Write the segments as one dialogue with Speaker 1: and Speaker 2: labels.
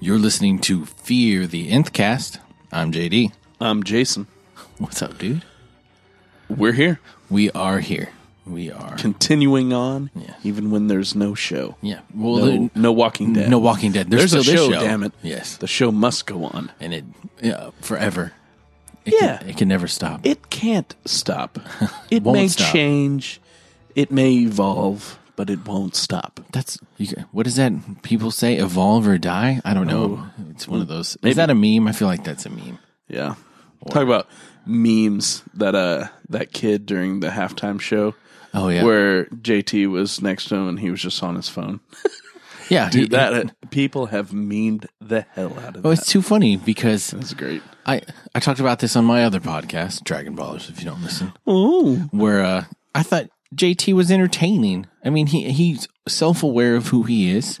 Speaker 1: You're listening to Fear the Nth Cast. I'm JD.
Speaker 2: I'm Jason.
Speaker 1: What's up, dude?
Speaker 2: We're here,
Speaker 1: We are here. We are.
Speaker 2: continuing on,
Speaker 1: Yeah.
Speaker 2: even when there's no show.
Speaker 1: Yeah. Well,
Speaker 2: No,
Speaker 1: there-
Speaker 2: no Walking Dead.
Speaker 1: no Walking Dead. There's,
Speaker 2: There's a
Speaker 1: still
Speaker 2: show,
Speaker 1: this show.
Speaker 2: damn it.
Speaker 1: Yes.
Speaker 2: The show must go on.
Speaker 1: And it yeah, forever. It
Speaker 2: Yeah.
Speaker 1: Can, it can never stop.
Speaker 2: It can't stop. It
Speaker 1: Won't
Speaker 2: may
Speaker 1: stop.
Speaker 2: change, it may evolve, but it won't stop.
Speaker 1: That's you, ca- what does that people say? Evolve or die? I don't know.
Speaker 2: Oh.
Speaker 1: It's one of those. Is that a meme? I feel like that's a meme.
Speaker 2: Yeah. Talk about memes that uh that kid during the halftime show
Speaker 1: Oh yeah.
Speaker 2: where JT was next to him and he was just on his phone.
Speaker 1: yeah. he-
Speaker 2: Dude, that uh, people have memed the hell out of
Speaker 1: Oh,
Speaker 2: that.
Speaker 1: it's too funny because
Speaker 2: That's great.
Speaker 1: I I talked about this on my other podcast, Dragon Ballers. If you don't listen,
Speaker 2: Oh,
Speaker 1: where uh, I thought JT was entertaining. I mean, he he's self aware of who he is,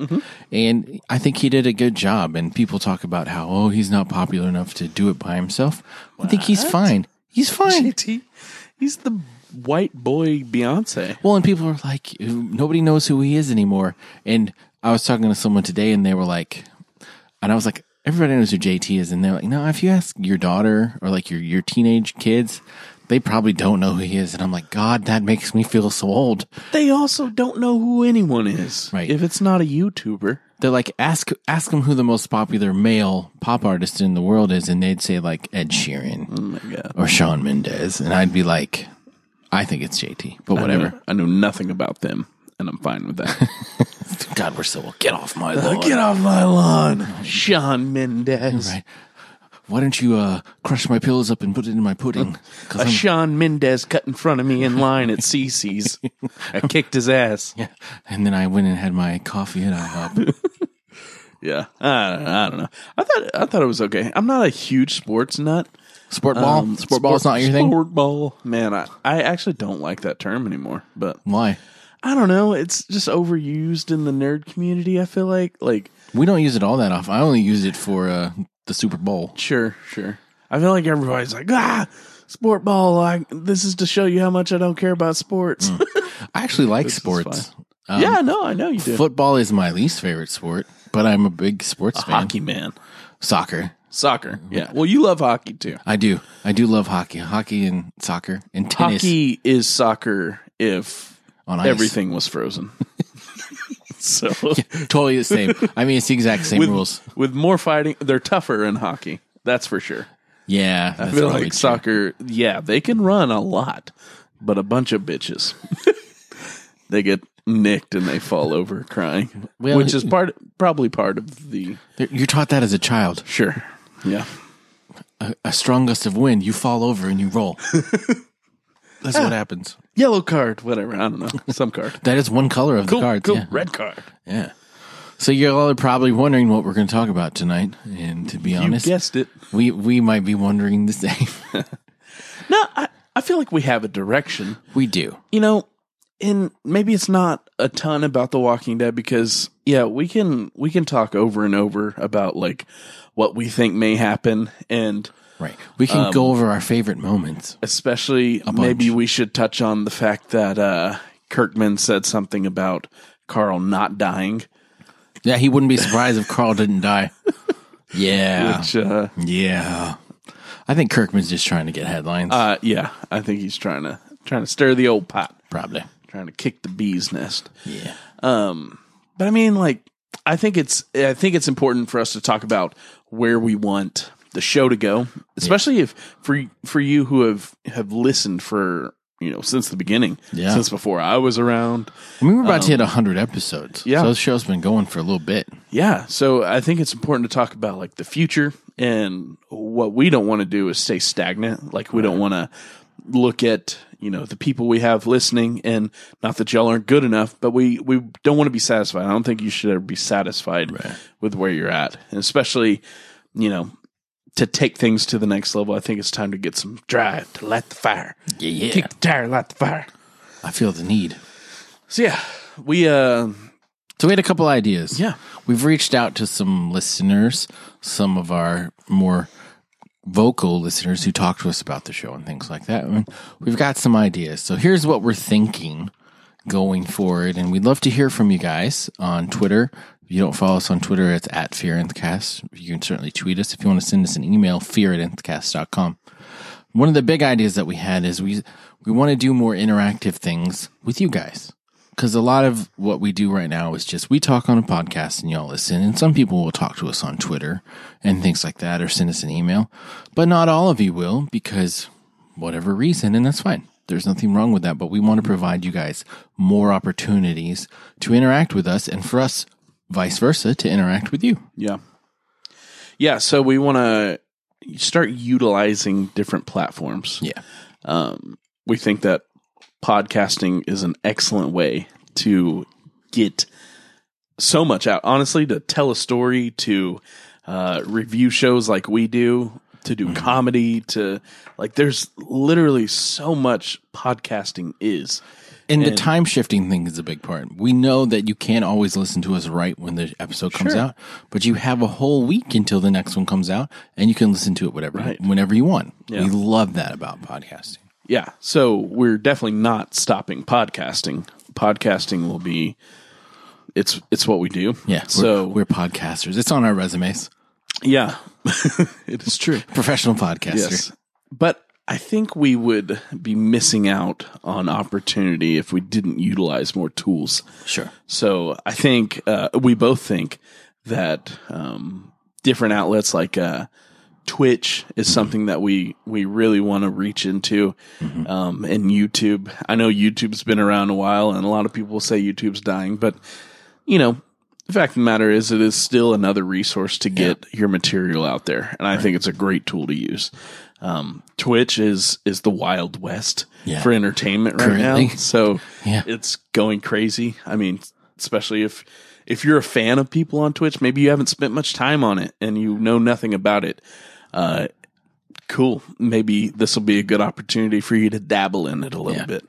Speaker 1: and I think he did a good job. And people talk about how oh he's not popular enough to do it by himself. I think he's fine. He's fine.
Speaker 2: JT, he's the white boy Beyonce.
Speaker 1: Well, and people are like, nobody knows who he is anymore. And I was talking to someone today, and they were like, and I was like, everybody knows who JT is, and they're like, no, if you ask your daughter or like your your teenage kids, they probably don't know who he is. And I'm like, God, that makes me feel so old.
Speaker 2: They also don't know who anyone is.
Speaker 1: Right.
Speaker 2: If it's not a YouTuber,
Speaker 1: They're like, ask ask them who the most popular male pop artist in the world is, and they'd say like Ed Sheeran
Speaker 2: oh my god,
Speaker 1: or Sean Mendez, and I'd be like, I think it's JT, but whatever.
Speaker 2: I know nothing about them, and I'm fine with that.
Speaker 1: God, we're so get off my lawn.
Speaker 2: Uh, off my lawn, Sean Mendez.
Speaker 1: Right. Why don't you uh, crush my pills up and put it in my pudding? 'Cause
Speaker 2: A
Speaker 1: I'm-
Speaker 2: Sean Mendez cut in front of me in line at CC's. I kicked his ass.
Speaker 1: yeah. And then I went and uh, had my coffee at
Speaker 2: Um,
Speaker 1: IHOP.
Speaker 2: Yeah, I don't, I don't know. I thought I thought it was okay. I'm not a huge sports nut.
Speaker 1: Sport ball?
Speaker 2: Um,
Speaker 1: sport ball's not your thing?
Speaker 2: Sport ball, man. I, I actually don't like that term anymore. But
Speaker 1: Why?
Speaker 2: I don't know. It's just overused in the nerd community. I feel like, like
Speaker 1: We don't use it all that often. I only use it for uh, the Super Bowl.
Speaker 2: sure, sure. I feel like everybody's like, ah, sport ball. Like this is to show you how much I don't care about sports.
Speaker 1: I actually like
Speaker 2: This is
Speaker 1: sports. Um,
Speaker 2: yeah, no, I know you do.
Speaker 1: Football is my least favorite sport, but I'm a big sports fan.
Speaker 2: Uh, hockey man,
Speaker 1: Soccer.
Speaker 2: soccer. Yeah. Well, you love hockey too.
Speaker 1: I do. I do love hockey. Hockey and soccer and tennis
Speaker 2: Hockey is soccer if
Speaker 1: on ice.
Speaker 2: everything was frozen. so
Speaker 1: Totally the same. I mean, it's the exact same
Speaker 2: with,
Speaker 1: rules.
Speaker 2: with more fighting, they're tougher in hockey. That's for sure.
Speaker 1: Yeah.
Speaker 2: I
Speaker 1: that's
Speaker 2: feel
Speaker 1: probably
Speaker 2: like
Speaker 1: true.
Speaker 2: soccer, yeah, they can run a lot, but a bunch of bitches. they get nicked and they fall over crying,
Speaker 1: Well,
Speaker 2: which is part probably part of the
Speaker 1: You're taught that as a child.
Speaker 2: sure. Yeah.
Speaker 1: a strong gust of wind, you fall over and you roll. That's what happens.
Speaker 2: Yellow card, whatever. I don't know. Some card.
Speaker 1: That is one color of the
Speaker 2: Cool,
Speaker 1: cards.
Speaker 2: cool.
Speaker 1: Yeah.
Speaker 2: Red card.
Speaker 1: yeah. So you're all probably wondering what we're going to talk about tonight, and to be honest,
Speaker 2: You guessed it.
Speaker 1: we we might be wondering the same.
Speaker 2: No, I, I feel like we have a direction.
Speaker 1: we do.
Speaker 2: you know, and maybe it's not a ton about The Walking Dead because yeah, we can we can talk over and over about like what we think may happen and
Speaker 1: Right. We can
Speaker 2: Um,
Speaker 1: go over our favorite moments.
Speaker 2: especially maybe we should touch on the fact that uh Kirkman said something about Carl not dying,
Speaker 1: Yeah, he wouldn't be surprised if Carl didn't die. Yeah.
Speaker 2: which uh,
Speaker 1: Mm. yeah. I think Kirkman's just trying to get headlines.
Speaker 2: uh yeah, I think he's trying to trying to stir the old pot,
Speaker 1: probably.
Speaker 2: trying to kick the bee's nest.
Speaker 1: Yeah.
Speaker 2: But I mean, like, I think it's I think it's important for us to talk about where we want the show to go, especially if for for you who have have listened for you know since the beginning,
Speaker 1: Yeah.
Speaker 2: since before I was around.
Speaker 1: I mean, we're about to hit 100 episodes.
Speaker 2: yeah.
Speaker 1: So the show's been going for a little bit.
Speaker 2: Yeah, so I think it's important to talk about like the future and what we don't want to do is stay stagnant. Like we don't want to look at you know the people we have listening and not that y'all aren't good enough but we we don't want to be satisfied i don't think you should ever be satisfied with where you're at and especially you know to take things to the next level i think it's time to get some drive to light the fire
Speaker 1: Yeah, yeah.
Speaker 2: kick the tire light the fire
Speaker 1: I feel the need.
Speaker 2: so yeah we uh
Speaker 1: So we had a couple ideas.
Speaker 2: Yeah.
Speaker 1: We've reached out to some listeners, some of our more vocal listeners who talk to us about the show and things like that. And we've got some ideas. So here's what we're thinking going forward. And we'd love to hear from you guys on Twitter. If you don't follow us on Twitter, it's at Fear Nthcast. You can certainly tweet us. If you want to send us an email, fear at nthcast.com. One of the big ideas that we had is we we want to do more interactive things with you guys. Because a lot of what we do right now is just we talk on a podcast and y'all listen. And some people will talk to us on Twitter and things like that or send us an email. But not all of you will because whatever reason, and that's fine. There's nothing wrong with that, but we want to provide you guys more opportunities to interact with us and for us, vice versa, to interact with you.
Speaker 2: Yeah. Yeah. So we want to start utilizing different platforms.
Speaker 1: Yeah.
Speaker 2: Um, we think that podcasting is an excellent way to get so much out. Honestly, to tell a story, to uh, review shows like we do, to do comedy, to like, there's literally so much podcasting is.
Speaker 1: And, the time shifting thing is a big part. We know that you can't always listen to us right when the episode comes
Speaker 2: Sure.
Speaker 1: out, but you have a whole week until the next one comes out and you can listen to it whatever whenever you want.
Speaker 2: Yeah.
Speaker 1: We love that about podcasting.
Speaker 2: Yeah. So we're definitely not stopping podcasting. Podcasting will be it's it's what we do.
Speaker 1: Yeah. we're-
Speaker 2: So
Speaker 1: we're podcasters. It's on our resumes.
Speaker 2: yeah. it is true.
Speaker 1: Professional podcaster.
Speaker 2: Yes. But I think we would be missing out on opportunity if we didn't utilize more tools.
Speaker 1: Sure.
Speaker 2: So I think uh, we both think that um, different outlets like uh, Twitch is something that we we really want to reach into, um, and YouTube. I know YouTube's been around a while, and a lot of people say YouTube's dying, but you know. The fact of the matter is, it is still another resource to get your material out there, and I think it's a great tool to use. Um, Twitch is is the wild west
Speaker 1: Yeah.
Speaker 2: for entertainment right now,
Speaker 1: Currently.
Speaker 2: so
Speaker 1: Yeah.
Speaker 2: it's going crazy. I mean, especially if if you're a fan of people on Twitch, maybe you haven't spent much time on it and you know nothing about it. Uh, cool. Maybe this will be a good opportunity for you to dabble in it a little bit.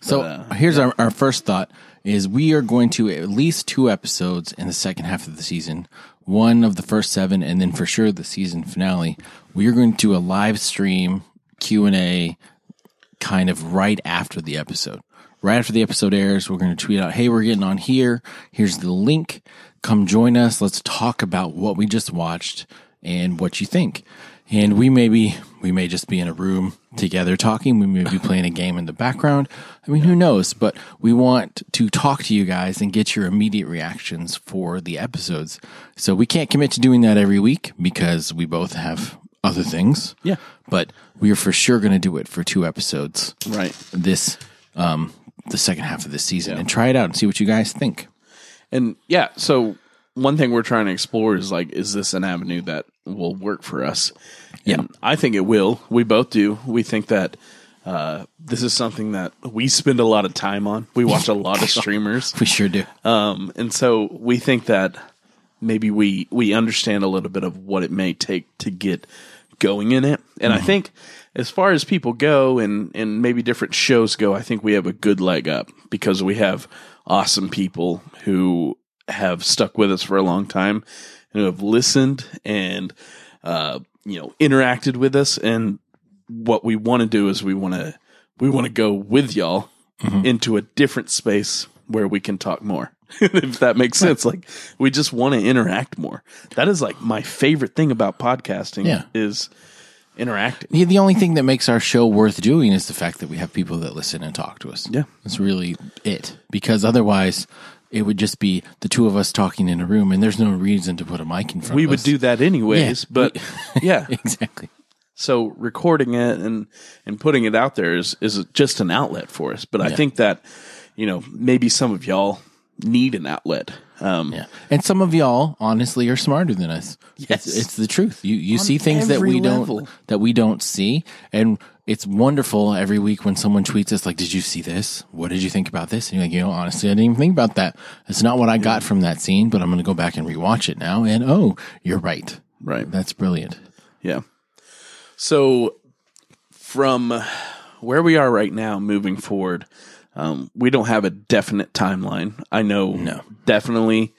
Speaker 1: So
Speaker 2: uh,
Speaker 1: here's our, our first thought is we are going to at least two episodes in the second half of the season, one of the first seven, and then for sure the season finale. We are going to do a live stream Q and A kind of right after the episode. Right after the episode airs, we're going to tweet out, Hey, we're getting on here. Here's the link. Come join us. Let's talk about what we just watched and what you think. And we may be, we may just be in a room together talking. We may be playing a game in the background. I mean, who knows? But we want to talk to you guys and get your immediate reactions for the episodes. So we can't commit to doing that every week because we both have other things.
Speaker 2: Yeah.
Speaker 1: But we are for sure going to do it for two episodes
Speaker 2: Right.
Speaker 1: this um the second half of this season and try it out and see what you guys think.
Speaker 2: And yeah, so one thing we're trying to explore is like, is this an avenue that will work for us? Yeah, I think it will. We both do. We think that uh, this is something that we spend a lot of time on. We watch a lot of streamers.
Speaker 1: We sure do.
Speaker 2: Um, and so we think that maybe we we understand a little bit of what it may take to get going in it. And I think as far as people go and and maybe different shows go, I think we have a good leg up because we have awesome people who have stuck with us for a long time and who have listened and uh, you know interacted with us and what we want to do is we want to we want to go with y'all
Speaker 1: Mm-hmm.
Speaker 2: into a different space where we can talk more if that makes sense like we just want to interact more that is like my favorite thing about podcasting
Speaker 1: Yeah.
Speaker 2: is interacting
Speaker 1: Yeah, the only thing that makes our show worth doing is the fact that we have people that listen and talk to us.
Speaker 2: Yeah.
Speaker 1: That's really it. Because otherwise it would just be the two of us talking in a room and there's no reason to put a mic in front
Speaker 2: we
Speaker 1: of
Speaker 2: would
Speaker 1: us.
Speaker 2: do that anyways
Speaker 1: Yeah.
Speaker 2: but yeah
Speaker 1: exactly.
Speaker 2: so recording it and and putting it out there is is just an outlet for us but i think that you know maybe some of y'all need an outlet um
Speaker 1: Yeah. And some of y'all honestly are smarter than us.
Speaker 2: Yes.
Speaker 1: It's, it's the truth. You you see things that
Speaker 2: every
Speaker 1: we
Speaker 2: level.
Speaker 1: don't that we don't see and it's wonderful every week when someone tweets us like, "Did you see this? What did you think about this?" And you're like, "You know, honestly, I didn't even think about that. It's not what I got from that scene, but I'm going to go back and rewatch it now and oh, you're right.
Speaker 2: right
Speaker 1: That's brilliant."
Speaker 2: Yeah. So from where we are right now, moving forward, um, we don't have a definite timeline. I know
Speaker 1: No.
Speaker 2: definitely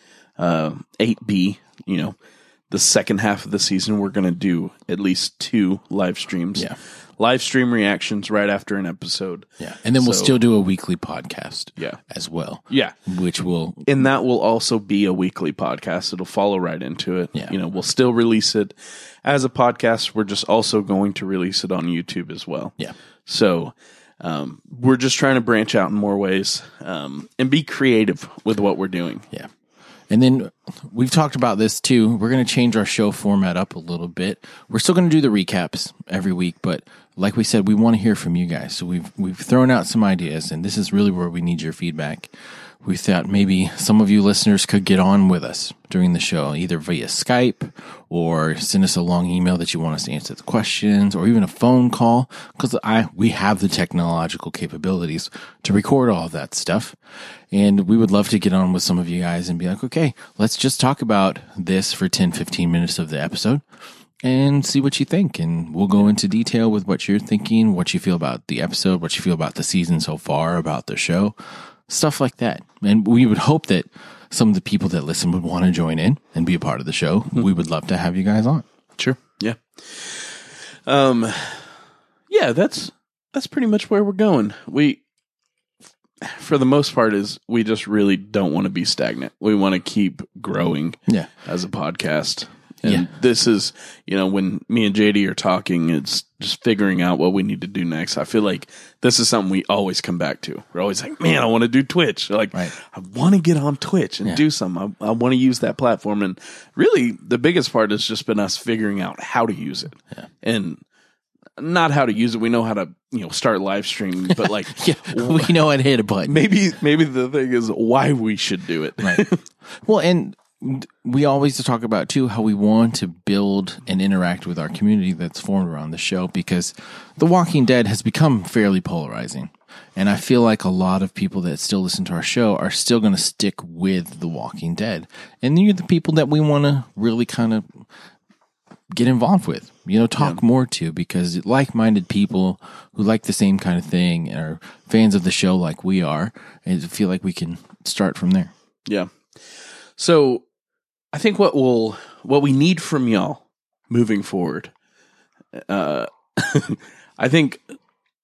Speaker 2: eight B. You know, the second half of the season, we're going to do at least two live streams.
Speaker 1: Yeah.
Speaker 2: Live stream reactions right after an episode.
Speaker 1: Yeah. And then we'll
Speaker 2: So-
Speaker 1: still do a weekly podcast.
Speaker 2: Yeah.
Speaker 1: As well.
Speaker 2: Yeah.
Speaker 1: Which will
Speaker 2: And that will also be a weekly podcast. It'll follow right into it.
Speaker 1: Yeah.
Speaker 2: You know, we'll still release it as a podcast. We're just also going to release it on YouTube as well.
Speaker 1: Yeah.
Speaker 2: So um, we're just trying to branch out in more ways um, and be creative with what we're doing.
Speaker 1: Yeah. And then we've talked about this too. We're going to change our show format up a little bit. We're still going to do the recaps every week, but like we said, we want to hear from you guys. So we've we've thrown out some ideas and this is really where we need your feedback. We thought maybe some of you listeners could get on with us during the show, either via Skype or send us a long email that you want us to answer the questions or even a phone call because I we have the technological capabilities to record all of that stuff. And we would love to get on with some of you guys and be like, okay, let's just talk about this for 10, 15 minutes of the episode and see what you think. And we'll go into detail with what you're thinking, what you feel about the episode, what you feel about the season so far, about the show, stuff like that. And we would hope that some of the people that listen would want to join in and be a part of the show. We would love to have you guys on.
Speaker 2: Sure. Yeah. Um yeah, that's that's pretty much where we're going. We for the most part is we just really don't want to be stagnant. We want to keep growing
Speaker 1: Yeah.
Speaker 2: as a podcast. And
Speaker 1: Yeah.
Speaker 2: this is, you know, when me and JD are talking, it's just figuring out what we need to do next. I feel like this is something we always come back to. We're always like, man, I want to do Twitch. Like,
Speaker 1: Right.
Speaker 2: I want to get on Twitch and do something. I, I want to use that platform. And really, the biggest part has just been us figuring out how to use it. And not how to use it. We know how to, you know, start live streaming, but like,
Speaker 1: Yeah. We know I'd hit a button.
Speaker 2: maybe, maybe the thing is why we should do it.
Speaker 1: Right. well, and we always talk about too how we want to build and interact with our community that's formed around the show because The Walking Dead has become fairly polarizing. And I feel like a lot of people that still listen to our show are still going to stick with The Walking Dead. And you're the people that we want to really kind of get involved with, you know, talk more to because like minded people who like the same kind of thing and are fans of the show like we are, and feel like we can start from there.
Speaker 2: Yeah. So I think what will what we need from y'all moving forward, uh, I think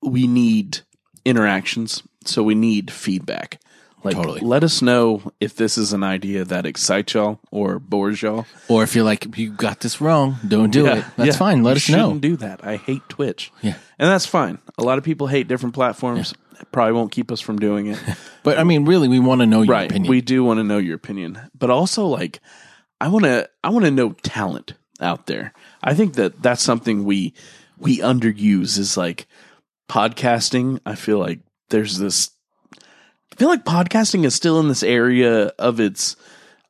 Speaker 2: we need interactions. So we need feedback. Like,
Speaker 1: Totally.
Speaker 2: let us know if this is an idea that excites y'all or bores y'all.
Speaker 1: Or if you're like, you got this wrong, don't do it. That's
Speaker 2: Yeah.
Speaker 1: fine. Let
Speaker 2: You
Speaker 1: us know.
Speaker 2: shouldn't do that. I hate Twitch.
Speaker 1: Yeah.
Speaker 2: and that's fine. A lot of people hate different platforms. Probably won't keep us from doing it.
Speaker 1: But I mean, really, we want to know your
Speaker 2: right.
Speaker 1: opinion.
Speaker 2: We do want to know your opinion, but also like I want to I want to know talent out there. I think that that's something we we underuse is like podcasting. I feel like there's this I feel like podcasting is still in this area of its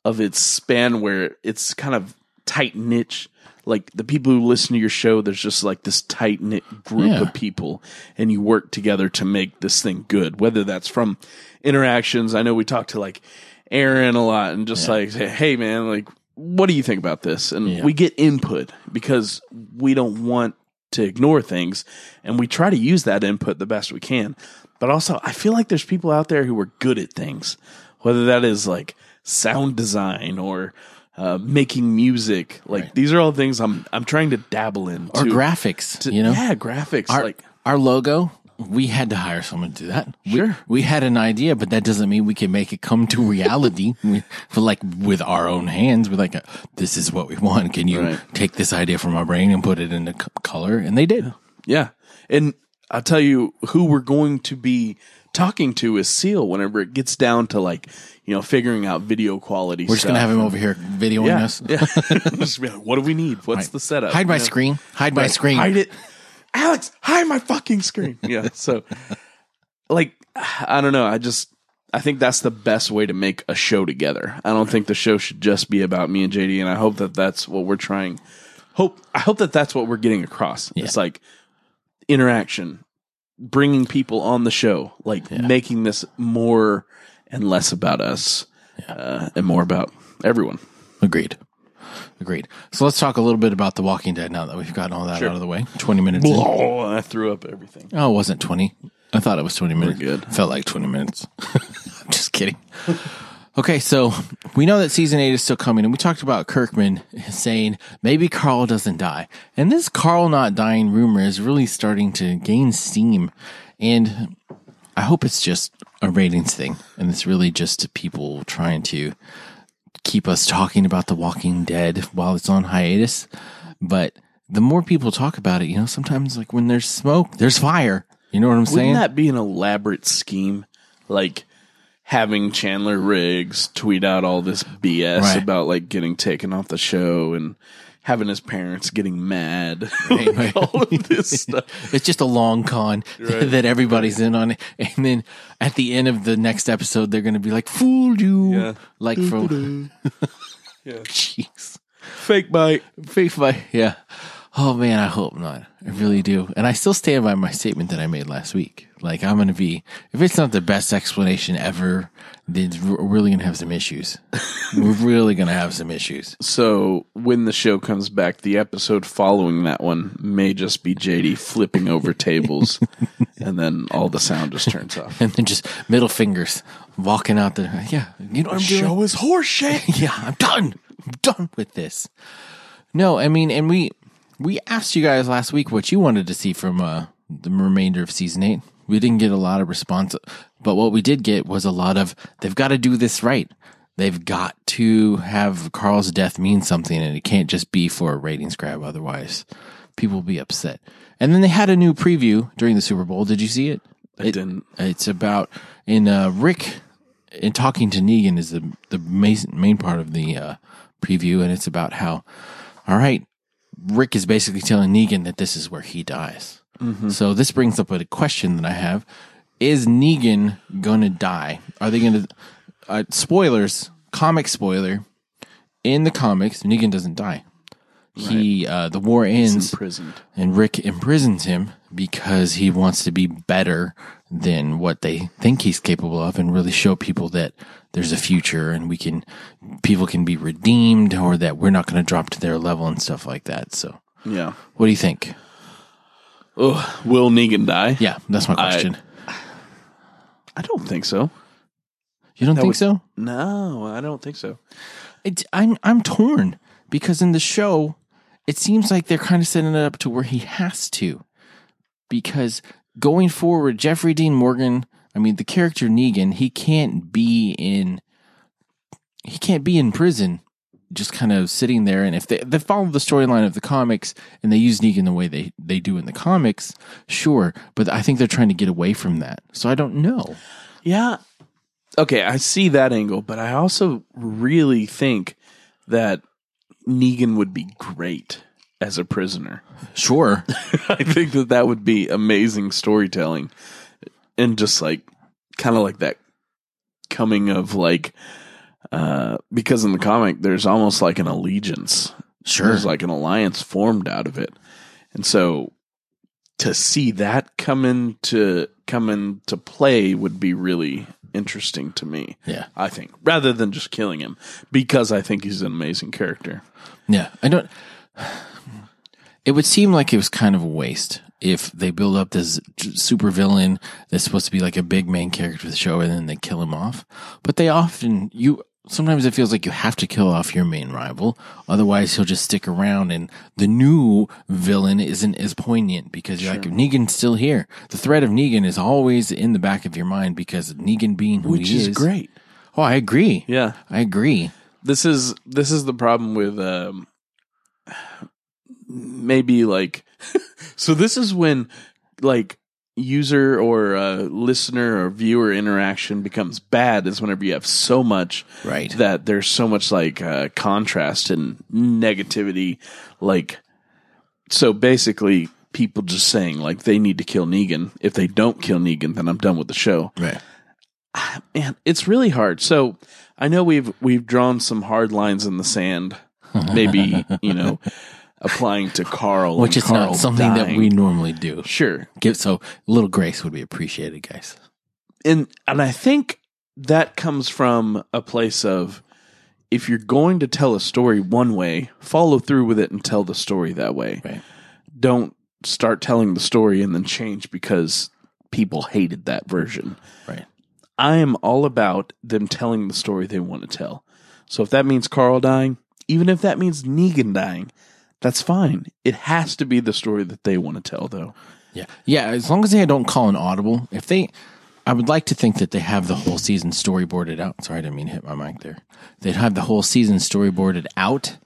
Speaker 2: of its span where it's kind of tight niche. Like the people who listen to your show, there's just like this tight knit group
Speaker 1: Yeah.
Speaker 2: of people, and you work together to make this thing good. Whether that's from interactions, I know we talk to like Aaron a lot, and just like say, "Hey, man, like, what do you think about this?" And
Speaker 1: Yeah.
Speaker 2: we get input because we don't want to ignore things, and we try to use that input the best we can. But also, I feel like there's people out there who are good at things, whether that is like sound design or uh, making music. Like these are all things I'm I'm trying to dabble in.
Speaker 1: or
Speaker 2: to-
Speaker 1: graphics,
Speaker 2: to-
Speaker 1: you know?
Speaker 2: yeah, graphics.
Speaker 1: our,
Speaker 2: like
Speaker 1: our logo, we had to hire someone to do that. Sure. We, we had an idea, but that doesn't mean we can make it come to reality We- for like with our own hands. We're like, this is what we want. Can you
Speaker 2: Right.
Speaker 1: take this idea from our brain and put it into c- color? And they did.
Speaker 2: Yeah. And I'll tell you who we're going to be talking to is Seal whenever it gets down to like, you know, figuring out video quality.
Speaker 1: We're just going to have him over here videoing
Speaker 2: yeah.
Speaker 1: us.
Speaker 2: Yeah. just be like, what do we need? What's the setup?
Speaker 1: Hide my
Speaker 2: You know?
Speaker 1: screen. Hide my screen.
Speaker 2: Hide it. Alex, hide my fucking screen. Yeah. So like I don't know. I just I think that's the best way to make a show together. I don't think the show should just be about me and JD, and I hope that that's what we're trying. Hope I hope that that's what we're getting across. It's like interaction, bringing people on the show, like making this more and less about us, uh, and more about everyone.
Speaker 1: Agreed. Agreed. So let's talk a little bit about The Walking Dead now that we've gotten all that out of the way. 20 minutes in.
Speaker 2: Oh, I threw up everything.
Speaker 1: Oh, it wasn't 20. I thought it was 20 minutes.
Speaker 2: good.
Speaker 1: Felt like 20 minutes. I'm just kidding. Okay, so we know that season eight is still coming, and we talked about Kirkman saying maybe Carl doesn't die. And this Carl not dying rumor is really starting to gain steam. And I hope it's just a ratings thing, and it's really just people trying to keep us talking about The Walking Dead while it's on hiatus. But the more people talk about it, you know, sometimes like when there's smoke, there's fire. You know what I'm saying?
Speaker 2: Wouldn't that be an elaborate scheme? Like having Chandler Riggs tweet out all this BS
Speaker 1: Right.
Speaker 2: about like getting taken off the show and having his parents getting mad.
Speaker 1: Right,
Speaker 2: Like,
Speaker 1: right.
Speaker 2: all of this stuff.
Speaker 1: It's just a long con that everybody's in on. And then at the end of the next episode, they're going to be like, fooled you.
Speaker 2: Yeah.
Speaker 1: Like from,
Speaker 2: Yeah.
Speaker 1: jeez.
Speaker 2: Fake bite.
Speaker 1: Fake fight. Yeah. Oh man, I hope not. I really do. And I still stand by my statement that I made last week. Like I'm going to be, if it's not the best explanation ever, then we're really going to have some issues. we're really going to have some issues.
Speaker 2: So when the show comes back, the episode following that one may just be JD flipping over tables and then all the sound just turns off.
Speaker 1: And then just middle fingers walking out the, yeah, you know what I'm doing?
Speaker 2: is horseshit.
Speaker 1: yeah, I'm done. I'm done with this. No, I mean, and we we asked you guys last week what you wanted to see from uh, the remainder of season eight. We didn't get a lot of response, but what we did get was a lot of they've got to do this right. They've got to have Carl's death mean something, and it can't just be for a ratings grab. Otherwise, people will be upset. And then they had a new preview during the Super Bowl. Did you see it?
Speaker 2: I didn't.
Speaker 1: It's about in uh, Rick in talking to Negan is the the main, main part of the uh, preview, and it's about how all right, Rick is basically telling Negan that this is where he dies. So this brings up a question that I have: Is Negan going to die? Are they going to? Uh, spoilers, comic spoiler. In the comics, Negan doesn't die. He uh, the war ends
Speaker 2: Imprisoned.
Speaker 1: and Rick imprisons him because he wants to be better than what they think he's capable of and really show people that there's a future and we can people can be redeemed or that we're not going to drop to their level and stuff like that. So,
Speaker 2: Yeah.
Speaker 1: what do you think?
Speaker 2: Ugh. Will Negan die?
Speaker 1: Yeah, that's my question.
Speaker 2: I don't think so.
Speaker 1: you don't think
Speaker 2: would-
Speaker 1: so?
Speaker 2: No, I don't think so.
Speaker 1: It's, I'm I'm torn because in the show, it seems like they're kind of setting it up to where he has to, because going forward, Jeffrey Dean Morgan, I mean the character Negan, he can't be in, he can't be in prison, just kind of sitting there. And if they they follow the storyline of the comics and they use Negan the way they they do in the comics, sure, but I think they're trying to get away from that. So I don't know.
Speaker 2: Yeah. Okay, I see that angle, but I also really think that Negan would be great as a prisoner.
Speaker 1: Sure,
Speaker 2: I think that that would be amazing storytelling and just like kind of like that coming of like uh because in the comic there's almost like an allegiance
Speaker 1: sure,
Speaker 2: there's like an alliance formed out of it and so to see that come into come into play would be really interesting to me
Speaker 1: yeah.
Speaker 2: i think rather than just killing him because i think he's an amazing character
Speaker 1: Yeah, I don't. It would seem like it was kind of a waste if they build up this super villain that's supposed to be like a big main character of the show, and then they kill him off. But they often you sometimes it feels like you have to kill off your main rival, otherwise he'll just stick around, and the new villain isn't as poignant because you're like Negan's still here. The threat of Negan is always in the back of your mind because of Negan being who
Speaker 2: which
Speaker 1: he
Speaker 2: is
Speaker 1: is.
Speaker 2: great
Speaker 1: Oh, I agree.
Speaker 2: yeah
Speaker 1: I agree.
Speaker 2: this is this is the problem with um maybe like so this is when like user or uh, listener or viewer interaction becomes bad is whenever you have so much
Speaker 1: Right.
Speaker 2: that there's so much like uh, contrast and negativity like so basically people just saying like they need to kill negan if they don't kill negan then i'm done with the show Ah,
Speaker 1: Right.
Speaker 2: man, it's really hard. So I know we've we've drawn some hard lines in the sand. Maybe you know, applying to Carl,
Speaker 1: Which
Speaker 2: and
Speaker 1: is
Speaker 2: Carl
Speaker 1: not something that
Speaker 2: dying.
Speaker 1: we normally do.
Speaker 2: sure.
Speaker 1: Give so a little grace would be appreciated, guys.
Speaker 2: And and I think that comes from a place of if you're going to tell a story one way, follow through with it and tell the story that way.
Speaker 1: Right.
Speaker 2: Don't start telling the story and then change because people hated that version.
Speaker 1: Right.
Speaker 2: I am all about them telling the story they want to tell. So if that means Carl dying, even if that means Negan dying, that's fine. It has to be the story that they want to tell, though.
Speaker 1: Yeah. Yeah. As long as they don't call an audible, if they, I would like to think that they have the whole season storyboarded out. Sorry, I didn't mean to hit my mic there. They'd have the whole season storyboarded out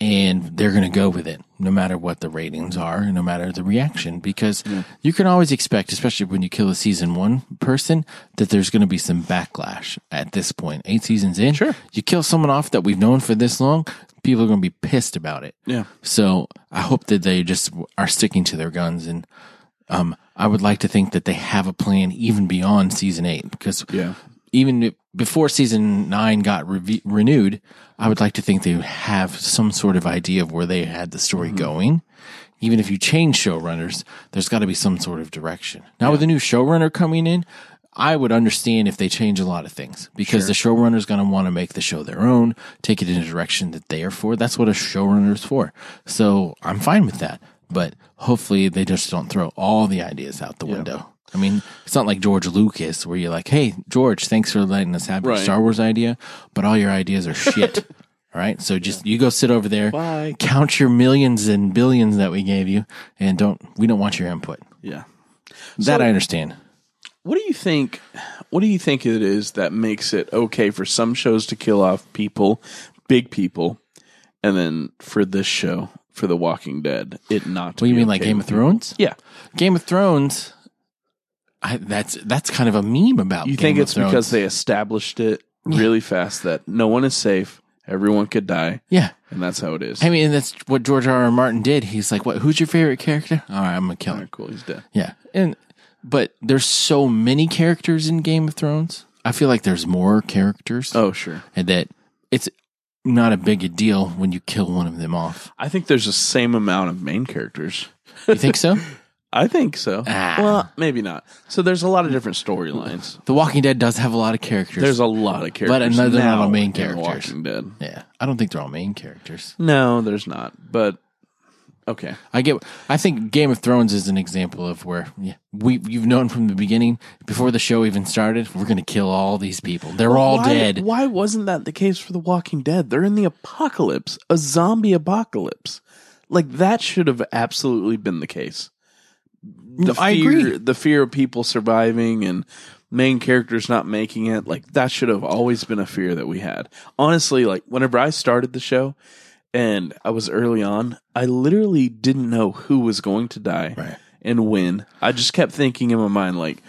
Speaker 1: and they're going to go with it no matter what the ratings are, no matter the reaction, because you can always expect, especially when you kill a season one person, that there's going to be some backlash at this point. Eight seasons in,
Speaker 2: Sure.
Speaker 1: you kill someone off that we've known for this long, people are going to be pissed about it.
Speaker 2: Yeah.
Speaker 1: So I hope that they just are sticking to their guns, and um, I would like to think that they have a plan even beyond season eight because
Speaker 2: Yeah.
Speaker 1: even if- before season nine got reve renewed, I would like to think they have some sort of idea of where they had the story going. Even if you change showrunners, there's got to be some sort of direction. Now with a new showrunner coming in. I would understand if they change a lot of things because the showrunner's going to want to make the show their own, take it in a direction that they are for. That's what a showrunner is for. So I'm fine with that. But hopefully they just don't throw all the ideas out the window. I mean, it's not like George Lucas where you're like, hey, George, thanks for letting us have your
Speaker 2: Right.
Speaker 1: Star Wars idea, but all your ideas are shit. all right. So just you go sit over there,
Speaker 2: Bye.
Speaker 1: count your millions and billions that we gave you, and don't, we don't want your input.
Speaker 2: Yeah.
Speaker 1: that I understand.
Speaker 2: What do you think? What do you think it is that makes it okay for some shows to kill off people, big people, and then for this show, for The Walking Dead, it not? To
Speaker 1: What do you
Speaker 2: be
Speaker 1: mean, like
Speaker 2: okay
Speaker 1: Game
Speaker 2: with
Speaker 1: of Thrones?
Speaker 2: people? Yeah,
Speaker 1: Game of Thrones. I, that's that's kind of a meme about.
Speaker 2: you
Speaker 1: Game
Speaker 2: think
Speaker 1: of
Speaker 2: it's
Speaker 1: Thrones.
Speaker 2: because they established it really fast that no one is safe, everyone could die,
Speaker 1: yeah.
Speaker 2: and that's how it is.
Speaker 1: I mean, that's what George R. R. Martin did. He's like, "What? Who's your favorite character? All right, I'm gonna kill
Speaker 2: All
Speaker 1: him."
Speaker 2: right, cool, he's dead.
Speaker 1: Yeah, and but there's so many characters in Game of Thrones. I feel like there's more characters,
Speaker 2: Oh, sure.
Speaker 1: and that it's not a big a deal when you kill one of them off.
Speaker 2: I think there's the same amount of main characters.
Speaker 1: You think so?
Speaker 2: I think so.
Speaker 1: Ah.
Speaker 2: Well, maybe not. So there's a lot of different storylines.
Speaker 1: the Walking Dead does have a lot of characters.
Speaker 2: There's a lot of characters,
Speaker 1: another not
Speaker 2: now
Speaker 1: all main
Speaker 2: in The
Speaker 1: characters.
Speaker 2: Walking Dead.
Speaker 1: yeah, I don't think they're all main characters.
Speaker 2: No, there's not. But okay,
Speaker 1: I get. I think Game of Thrones is an example of where yeah, we you've known from the beginning, before the show even started, we're gonna kill all these people. They're all
Speaker 2: why,
Speaker 1: dead.
Speaker 2: Why wasn't that the case for The Walking Dead? They're in the apocalypse, a zombie apocalypse. Like that should have absolutely been the case. The
Speaker 1: I agree.
Speaker 2: The fear of people surviving and main characters not making it, like that should have always been a fear that we had. Honestly, like whenever I started the show and I was early on, I literally didn't know who was going to die
Speaker 1: Right.
Speaker 2: and when. I just kept thinking in my mind like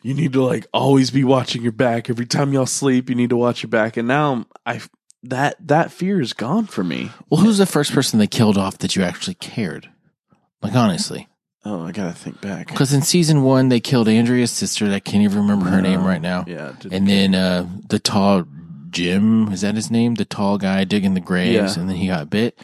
Speaker 2: you need to like always be watching your back every time y'all sleep you need to watch your back and now i that that fear is gone for me
Speaker 1: Well, who's the first person they killed off that you actually cared? Like honestly,
Speaker 2: oh i gotta think back
Speaker 1: because in season one they killed Andrea's sister. I can't even remember her name right now.
Speaker 2: yeah it did-
Speaker 1: And then uh, the tall Jim is that his name? The tall guy digging the graves,
Speaker 2: Yeah.
Speaker 1: and then he got bit.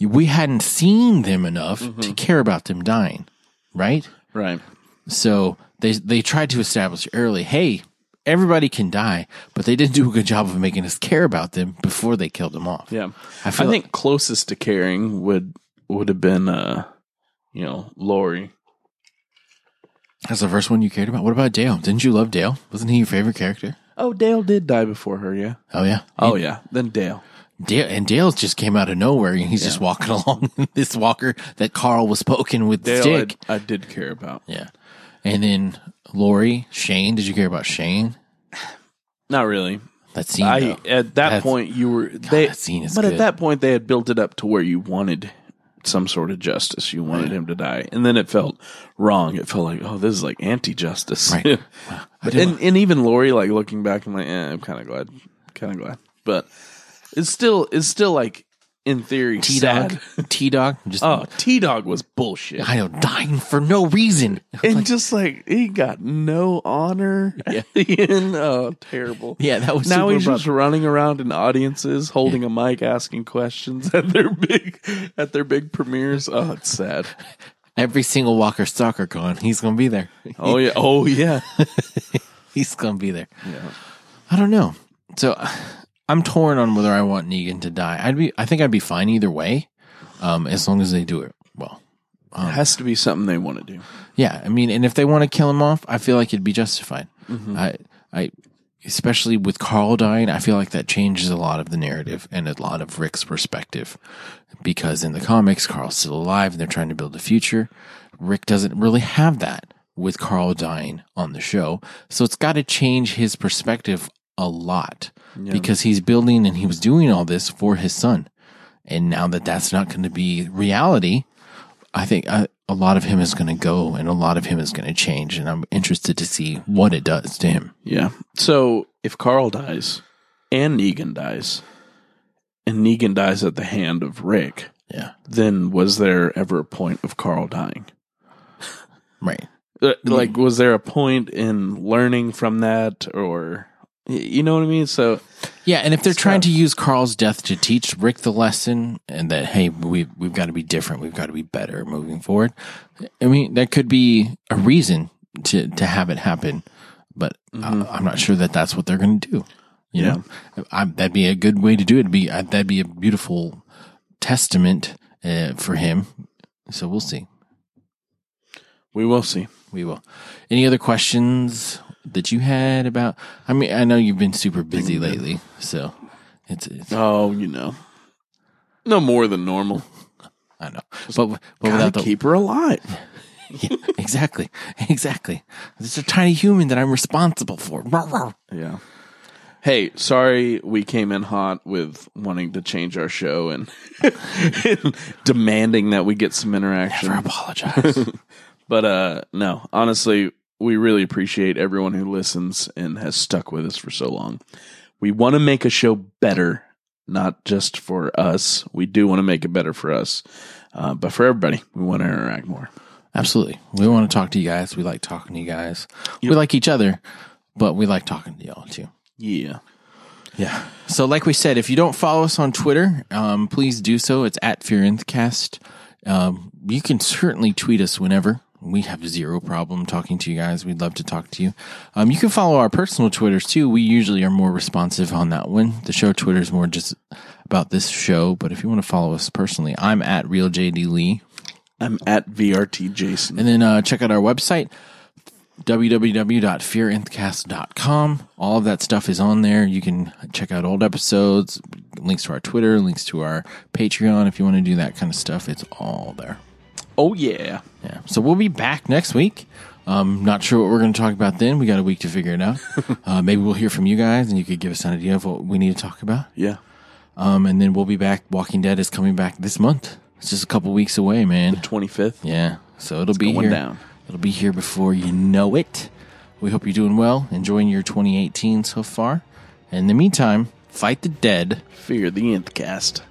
Speaker 1: We hadn't seen them enough
Speaker 2: Mm-hmm.
Speaker 1: to care about them dying, right?
Speaker 2: right
Speaker 1: So they they tried to establish early, hey, everybody can die, but they didn't do a good job of making us care about them before they killed them off.
Speaker 2: yeah
Speaker 1: I
Speaker 2: i,
Speaker 1: feel-
Speaker 2: think closest to caring would would have been uh you know lori
Speaker 1: That's the first one you cared about. What about Dale? Didn't you love Dale? Wasn't he your favorite character?
Speaker 2: oh dale did die before her yeah
Speaker 1: Oh yeah.
Speaker 2: oh yeah then dale
Speaker 1: Dale and Dale just came out of nowhere and he's just walking along in this walker that Carl was poking with the
Speaker 2: dale
Speaker 1: stick.
Speaker 2: I, I did care about
Speaker 1: yeah. And then Lori, Shane, did you care about Shane?
Speaker 2: not really
Speaker 1: That scene
Speaker 2: I
Speaker 1: though.
Speaker 2: at that
Speaker 1: That's-
Speaker 2: point you were they
Speaker 1: that scene is
Speaker 2: but
Speaker 1: good.
Speaker 2: at that point they had built it up to where you wanted some sort of justice. You wanted him to die, and then it felt wrong. It felt like oh, this is like anti justice.
Speaker 1: Right.
Speaker 2: and and even Lori, like looking back, I'm like, eh, I'm kind of glad, kind of glad, but it's still it's still like in theory
Speaker 1: T Dog.
Speaker 2: sad.
Speaker 1: T Dog just
Speaker 2: Oh, T Dog was bullshit.
Speaker 1: I know, dying for no reason.
Speaker 2: And just like he got no honor,
Speaker 1: Yeah.
Speaker 2: and, oh, terrible.
Speaker 1: Yeah, that was
Speaker 2: now
Speaker 1: super
Speaker 2: he's
Speaker 1: rough.
Speaker 2: just running around in audiences holding a mic asking questions at their big at their big premieres oh it's sad
Speaker 1: Every single Walker Stalker con, he's gonna be there.
Speaker 2: oh yeah oh yeah
Speaker 1: He's gonna be there.
Speaker 2: Yeah.
Speaker 1: I don't know. So I'm torn on whether I want Negan to die. I'd be. I think I'd be fine either way, um, as long as they do it well.
Speaker 2: it has to be something they want to do.
Speaker 1: Yeah, I mean, and if they want to kill him off, I feel like it'd be justified. I, I, especially with Carl dying, I feel like that changes a lot of the narrative and a lot of Rick's perspective, because in the comics, Carl's still alive and they're trying to build a future. Rick doesn't really have that with Carl dying on the show, so it's got to change his perspective a lot because he's building and he was doing all this for his son, and now that that's not going to be reality. I think a, a lot of him is going to go and a lot of him is going to change. And I'm interested to see what it does to him.
Speaker 2: Yeah. So if Carl dies and Negan dies, and Negan dies at the hand of Rick,
Speaker 1: Yeah.
Speaker 2: then was there ever a point of Carl dying?
Speaker 1: Right.
Speaker 2: Uh, Like, was there a point in learning from that, or y- you know what I mean? So
Speaker 1: Yeah. And if they're
Speaker 2: It's
Speaker 1: trying
Speaker 2: tough.
Speaker 1: to use Carl's death to teach Rick the lesson and that, hey, we, we've got to be different. We've got to be better moving forward. I mean, that could be a reason to, to have it happen, but uh, I'm not sure that that's what they're going to do. You
Speaker 2: Yeah.
Speaker 1: know, I, that'd be a good way to do it. It'd be, I, that'd be a beautiful testament uh, for him. So we'll see.
Speaker 2: we will see.
Speaker 1: We will. Any other questions that you had about? I mean, I know you've been super busy lately, so it's, it's
Speaker 2: Oh, you know, no more than normal.
Speaker 1: I know, but but
Speaker 2: Gotta
Speaker 1: without the
Speaker 2: keep her alive.
Speaker 1: yeah, exactly, exactly. It's a tiny human that I'm responsible for. Rawr, rawr.
Speaker 2: Yeah. Hey, sorry we came in hot with wanting to change our show and, and demanding that we get some interaction.
Speaker 1: Never apologize.
Speaker 2: But uh no, honestly, we really appreciate everyone who listens and has stuck with us for so long. We want to make a show better, not just for us. We do want to make it better for us, uh, but for everybody, we want to interact more.
Speaker 1: Absolutely, we want to talk to you guys. We like talking to you guys. We like each other, but we like talking to y'all too.
Speaker 2: Yeah.
Speaker 1: Yeah. So, like we said, if you don't follow us on Twitter, um, please do so. It's at FearNthCast. Um, you can certainly tweet us whenever. We have zero problem talking to you guys. We'd love to talk to you. Um, you can follow our personal Twitters too. We usually are more responsive on that one. The show Twitter is more just about this show. But if you want to follow us personally, I'm at RealJDLee.
Speaker 2: I'm at VRT Jason.
Speaker 1: And then uh, check out our website, www.fearinthcast.com. All of that stuff is on there. You can check out old episodes, links to our Twitter, links to our Patreon if you want to do that kind of stuff. It's all there.
Speaker 2: Oh yeah.
Speaker 1: Yeah. So we'll be back next week. Um, not sure what we're going to talk about then. We got a week to figure it out. uh, maybe we'll hear from you guys and you could give us an idea of what we need to talk about.
Speaker 2: Yeah.
Speaker 1: Um, and then we'll be back. Walking Dead is coming back this month. It's just a couple weeks away, man.
Speaker 2: 25th.
Speaker 1: Yeah. So it'll be
Speaker 2: going
Speaker 1: here.
Speaker 2: down.
Speaker 1: It'll be here before you know it. We hope you're doing well, enjoying your 2018 so far. In the meantime, fight the dead.
Speaker 2: Fear the nth cast.